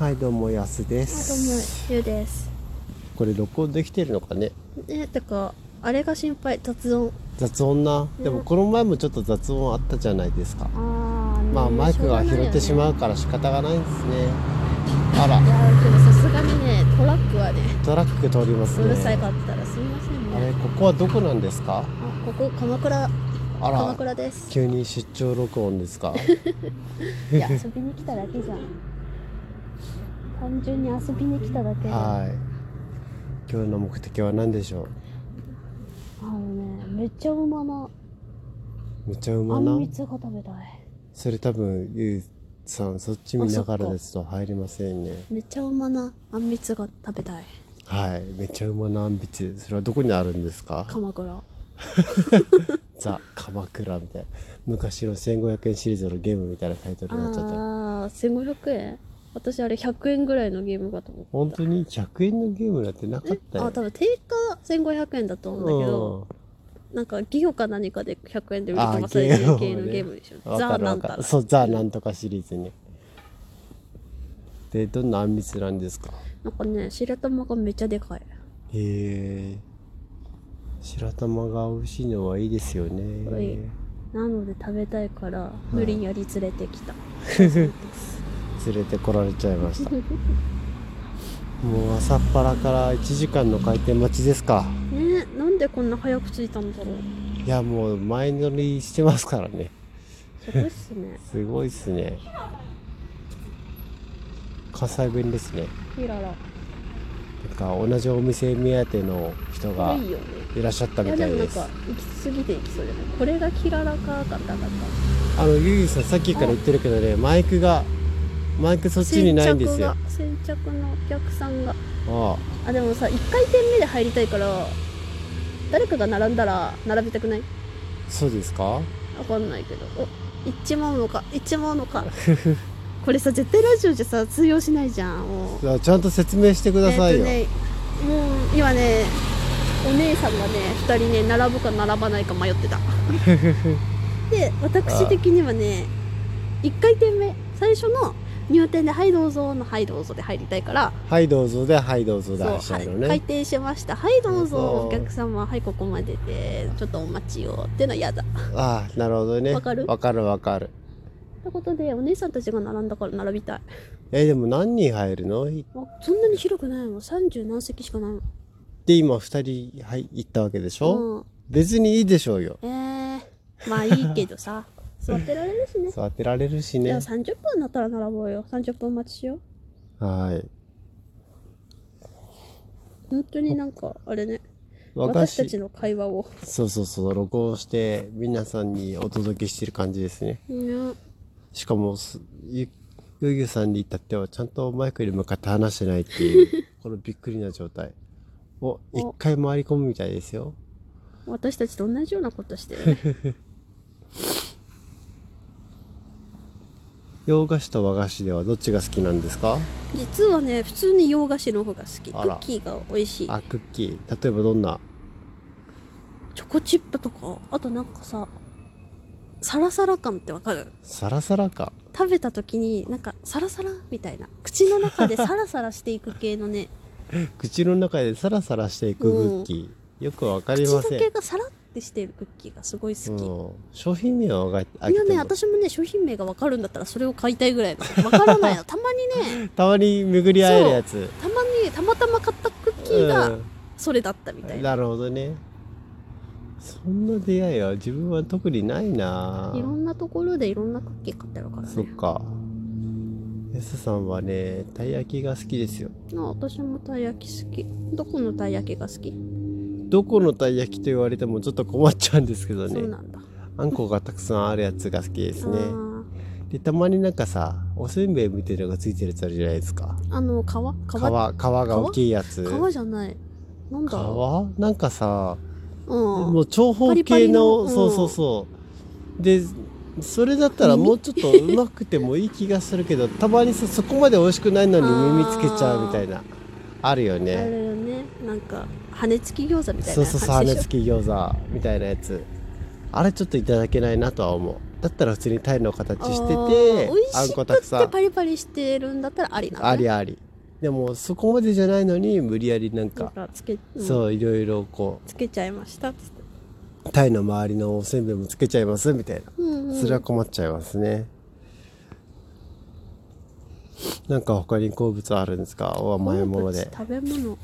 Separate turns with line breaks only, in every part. はいどうもやすで
あどうも
す
ゆうです
これ録音できてるのかね
ねてかあれが心配雑音
雑音な
うん
でもこの前もちょっと雑音あったじゃないですか
ああ、ね
まあマイクが拾ってしま
う
うから仕方がないんですねあら
いやーでもさすがにねトラックはね
トラック通ります
う
ね
るさいかったらすみません
あれ
ね
ここはどこなんですか
あここ鎌倉
あ
鎌
ら
倉 です
急に出張録音 ですか
いや遊びに来ただけじゃん単純に遊びに来ただけであ
はい今日の目的は何でしょ
のねめっちゃうまな
うむちゃう
あ
ま
ん
な
みつが食べたい
それ多分ゆうさんそっち見ながらですと入りませんね
めっちゃうまなあんみつが食べたい
はい、めちゃうまなあんびつ。それはどこにあるんですか
鎌倉
ザ・鎌倉みたいな。昔の1500円シリーズのゲームみたいなタイトルになっちゃった。
ああ1500円私あれ100円ぐらいのゲームかと思った
本当に100円のゲームなんてなかったよ。
あ多分定価1500円だと思うんだけど、なんかギオか何かで100円で売り飛ばされて
あー
る系の
ゲ
ゲ
ー
ー
ム
ム
ね
でし
うん
ょザ・
わかる
な
わ
ん
か
た
る
ら
そう、ザ・なんとかシリーズね。で、どんなあんみつなんですか
なんかね白玉がめっちゃでかい
へえ。白玉が美味しいのはいいですよ
はい
ね。
なので食べたいから無理やり連れてきた、
連れてこられちゃいま した。もう朝っぱらから1時間の開店待ちですか。
ねなんでこんな早く着いたんだろう
いやもう前乗りしてますからね
すごいっすね
すごいっすね関西弁ですね
イララ
なんか同じお店目当ての人が
いいよね
いらっしゃった
い
み
や
た
で
い
もなん
です
か行き過ぎていきそうじゃないこれがキララかだったか
あのゆうゆうさんさっきから言ってるけどねマイクがマイクそっちに
先
ないんで
着
すよ
が先着のお客さんが
あ
あでもさ1回転目で入りたいから誰かが並んだら並びたくない
あそうですか
わかんないけどお一万のか一万 のかこれさ絶対ラジオじゃさ通用しないじゃんもう
じゃあちゃんと説明してくださいよ、
えっとねもう今ねお姉さんがね2人ね並ぶか並ばないか 迷ってたで私的にはね1回転目最初の入店で「はいどうぞ」の「はいどうぞ」で入りたいから
はいどうぞではいどうぞで
そう
はしゃいの
はい、
ね
開店しましたはいどう
ど
ぞ
うぞ
お客様はいここまででちょっとお待ちをってのは嫌だっ
ああなるほどね
わかる
わかるわかる
てことでお姉さんたちが並んだから並びたい
えでも何人入るのっ
もうそんなに広くないもん30何席しかないもん
て今2人入行ったわけでしょ、
うん
別にいいでしょうよ
えー、まあいいけどさ座ってられるしね
そう当てられるし
じゃ
ね
あ30分になったら並ぼうよ30分待ちしよう
はい
本当になんかあれね私
私
たちの会話を、
そうそうそう録音して皆さんにお届けしてる感じですね
ね、
しかもすゆゆうゆうさんに至ってはちゃんとマイクに向かって話してないっていう このびっくりな状態お一回回り込むみたいですよ
私たちと同じようなことし てるね
洋菓子と和菓子ではどっちが好きなんですか
実はね普通に洋菓子の方が好きク
あら
ッキーが美味しい
あクッキー例えばどんな
チョコチップとかあとなんかさサラサラ感ってわかる
サラサラか
食べた時になんかサラサラみたいな口の 中でサラサラしていく系のね
口の中でサラサラしていくクッキーよくわかり
口
ま
ど
せん
けがサラってしてるクッキーがすごい好き、
うん、商品名は分かあ
い
げ
や
て
ね
も
私もね商品名がわかるんだったらそれを買いたいぐらいなのわからな いのたまにね
たまに巡り合えるやつ
たまにたまたま買ったクッキーがそれだったみた
う
い
ん、
な、
なるほどねそんな出会いは自分は特にないない
ろんなところでいろんなクッキー買ってるから
そっ
ね
か S さんはねたい焼きが好きですよ
あ私もたい焼き好きどこのたい焼きが好き、
どこのたい焼きと言われてもちょっと困っちゃうんですけど
そう
ね
なんだ
あんこがたくさんあるやつが好きです
あ
ね
ー
でたまになんかさおせんべいみたいなのがついてるやつあるじゃないですか
あの皮皮
皮皮が大きいやつ
皮じゃないなんだろ
皮なんかさ
う、うん、
もう長方
パリ
形
パリ
の
のうん
そうそうそうでそれだったらもうちょっとうまくてもいい気がするけどたまにさそこまで美味しくないのに耳つけちゃうみたいなあるよ
あ
ね
れよねなんか羽根付き餃子みたい
そ
な
うそうそう羽
感
根
じでしょ
付き餃子みたいなやつあれちょっといただけないなとは思うだったら普通にタイの形して
あ
て
ー美味
あん
し
こ
く
たくさ
って
ん
パリパリしてるんだったらありなのね
ありありでもそこまでじゃないのに無理やりなん
なん
か
かつけ、うん
そういろいろこ
つけちゃいましたっつって
うタイの周りのおせんべいもつけちゃいますみたいな
うんうん
それは困っちゃいますねなんか他に好物あるんですかお甘いもので
好物食べ物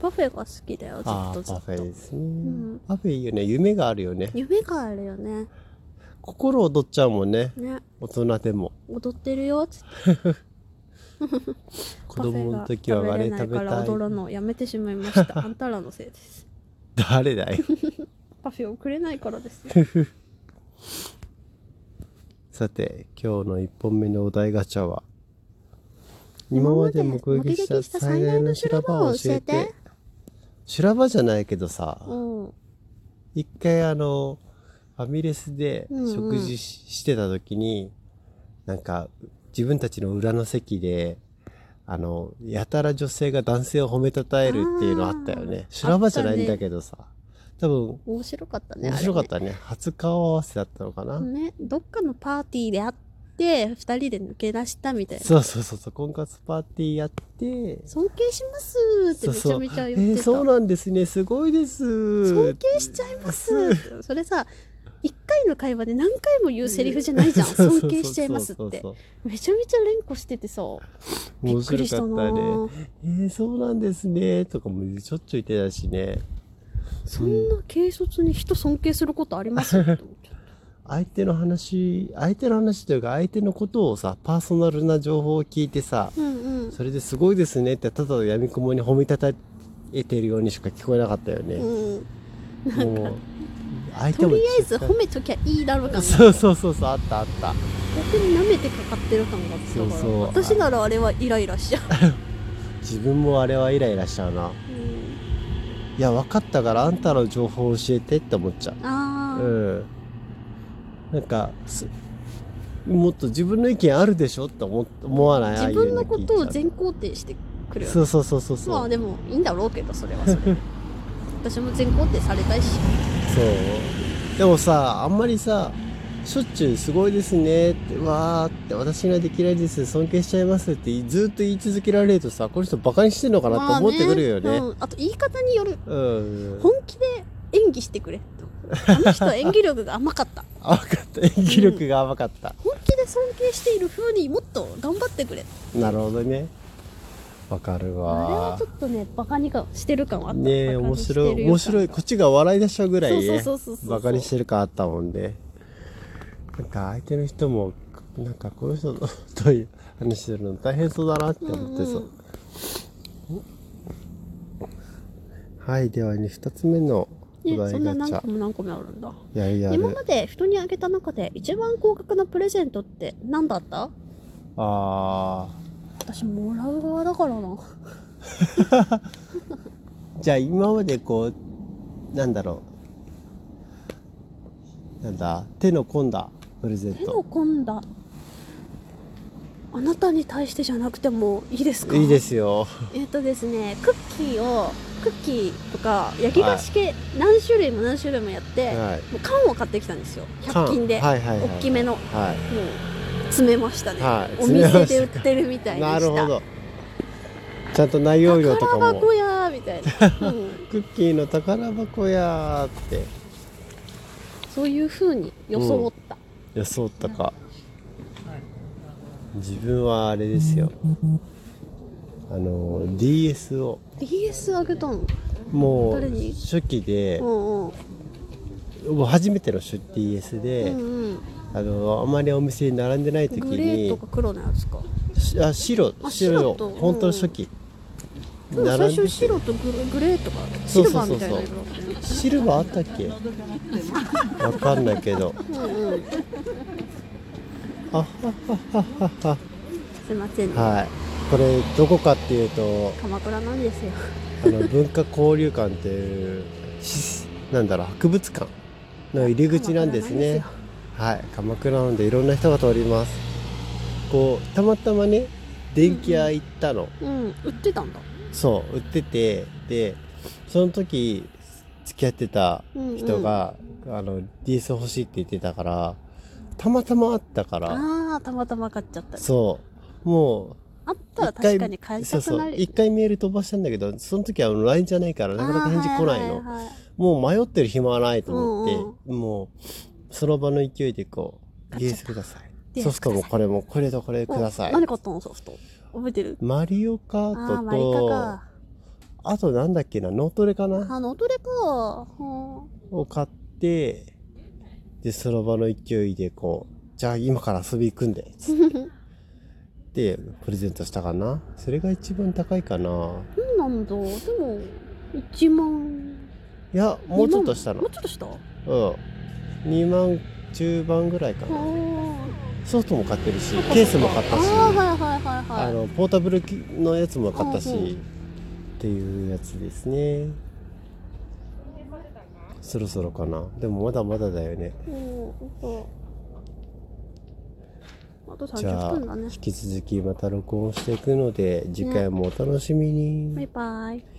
パフェが好きだよず
あ
っ
あ
とず
パ
っ
フェ
と
ですね、
ん
パフェいいよね夢があるよね
夢があるよね
心躍っちゃうもんね
ね
大人でも
踊ってるよっつって
子
パフェ
供の
が
時は
食
あ
べ
れ
れない
食べ
から
たい
踊るのをやめてしまいましたあんたらのせいです
誰だよ
パフェをくれないか らですね
さて今日の1本目のお題ガチャは今まで目撃した最大の修羅場を教えて修羅場じゃないけどさ、
うん
一回あのファミレスで
うんうん
食事し,、てた時になんか自分たちの裏の席であのやたら女性が男性を褒めたたえるっていうのあったよね
あー
修羅場じゃないんだけどさ、多分
面白かったね
面白かっ
あ
たね初顔合わせだったのかな、
れねねどっかのパーティーで会って2人で抜け出したみたいな
そうそうそうそう婚活パーティーやって
尊敬しますって
そう
めち
そ
ゃ
う
めちゃ
え
言って
ー
た
そうなんですねすごいです
尊敬しちゃいますってそれさ1回の会話で何回も言うセリフじゃないじゃん
そうそうそう
尊敬しちゃいますって
そうそう
めちゃめちゃ連呼しててさ
そう
びっくりした
面
な
白かったね
ぁ
えー、そうなんですねとかもしょっちゅう言ってたしね
そんな軽率に人尊敬することあ りますって思っちゃっ
相手の話相手の話というか相手のことをさパーソナルな情報を聞いてさ
たうんうん
それですごいですねってただやみくもに褒めたたえてるようにしか聞こえなかったよね、
うん、
もう相手
と
も
りあえず褒めときゃいいだろうかな逆
そうそうそうそうあったあった
に舐めてかかってる感があったから
そうそう
私ならあれはイライ ラしちゃう、
自分もあれはイライラしちゃうな
うん
いや分かったからあんたの情報を教えてって思っちゃう
ああ、
うん、なんかすもっと自分の意見あるでしょって思思わない
自分
ああ
の
いう聞
こ
い
とを
ちゃう
全肯定してくるよね
そうそうそうそう
ま
そ
あ
う
でもいいんだろうけどそれはそ れ私も全肯定されたいし
そうでもさあんまりさしょっちゅう「すごいですね」って「わー」って「私にはできないです尊敬しちゃいます」ってずっと言い続けられるとさこの人バカにしてんのかなと思ってくるよね,、
まあうんあと言い方による
うん
本気で演技してくれとあの人は演技力が甘かった
甘かった演技力が甘かった、
本気で尊敬している風にもっと頑張ってくれ
なるほどねわかる
あれ
わ
はちょっとねバカにかしてる感はあった
ねえ
バカ
面
にして
白い
るよ
面白いこっちが笑い出しちゃうぐらい
感
ね
がそうそうそうそう
バカにしててる感あったもんで、なんか相手の人もなんかこの人のどういう話するの大変そうだなって思ってさ、
うん
はいではね2つ目のお題
ね、
ガチ
そんな何
ャ
個も何個もあるんだ
やるや
今
る
まで人にあげた中で一番高額なプレゼントって何だった
あ
私もらう側だからな
ーじゃあ今までこうなんだろうなんだ手の込んだプレゼン
手の
ト
込んだあなたに対してじゃなくてもいいですか
いいですよ
えっ、とですねクッキーをクッキーとか焼き菓子系何種類も何種類もやって、
は
もう缶を買ってきたんですよ
い
100均で、
缶はいはいはい
大きめの
は
もう詰めましたね、
はい
お
詰めました
店で売ってるみたい
い
にした
なるほどちゃんと内容量とか
宝
も
箱やーみたいな、うん
クッキーの宝箱やーって
そういう風に装った、
装ったか自分はあれですよあの DS を
DS あげたの
もう
誰に
初期で
うんうん
もう初めての初 DS
う
で、
んうん
あのあまりお店に並んでない時
グレーと
に
か黒のやつか
しあ白
あ
白
白と
本当の初期、
でも最
並んで
初白とググレーとかシ
そう
ル
そ
バ
う
ー
そうそう
みたいな色だったよね
シルバーあったっけわかんないけど
うんうん
あはははは
すいませんね、
ははいこれどこかっていうと
鎌倉なんですよ
あの文化交流館っていうしなんだろう博物館の入り口なんですねはい鎌倉なんでいろんな人が通りますこうたまたまね電気屋行ったの、
うん売ってたんだ
そう売っててでその時付き合ってた人が、あの DS 欲しいって言ってたからたまたまあったから、
ああたまたま買っちゃった
そう。も
あっ
う、
たら確かに買い
そ
た
う
く
そ
な
う。
る
一回メール飛ばしたんだけど、その時はあの LINE じゃないから、なかなか返事来ないの。
あーはいはいはい
もう迷ってる暇はないと思って、もう、その場の勢いでこう、
買
ゲ
っ
ー
ちゃ
スく
った
ださい。
ゲー
ソ
ス
フトもこれも、これとこれくださ
お
い。
何買ったのソフト覚えてる
マリオカ
ああ
ート
マリカ
と、あ
か
となんだっけな、脳トレかな
あのトレかうん
を買って、で、その場の勢いでこう、じゃあ今から遊び行くんで、つって、プレゼントしたかな。それが一番高いかな。
そうなんだでも1万
いや、もうちょっとしたの
もう。ちょっとしたあ
うん。2万中盤ぐらいかな。
あ
ソフトも買ってるし、ケースも買ったし。
ああはいはいはいはい
あのポータブルのやつも買ったし、
うんうん
っていうやつですねそろそろかなでもまだまだだよね
うんあと
じゃ
30
あ
分だね
引き続きまた録音していくので次回もお楽しみに、
バイバイ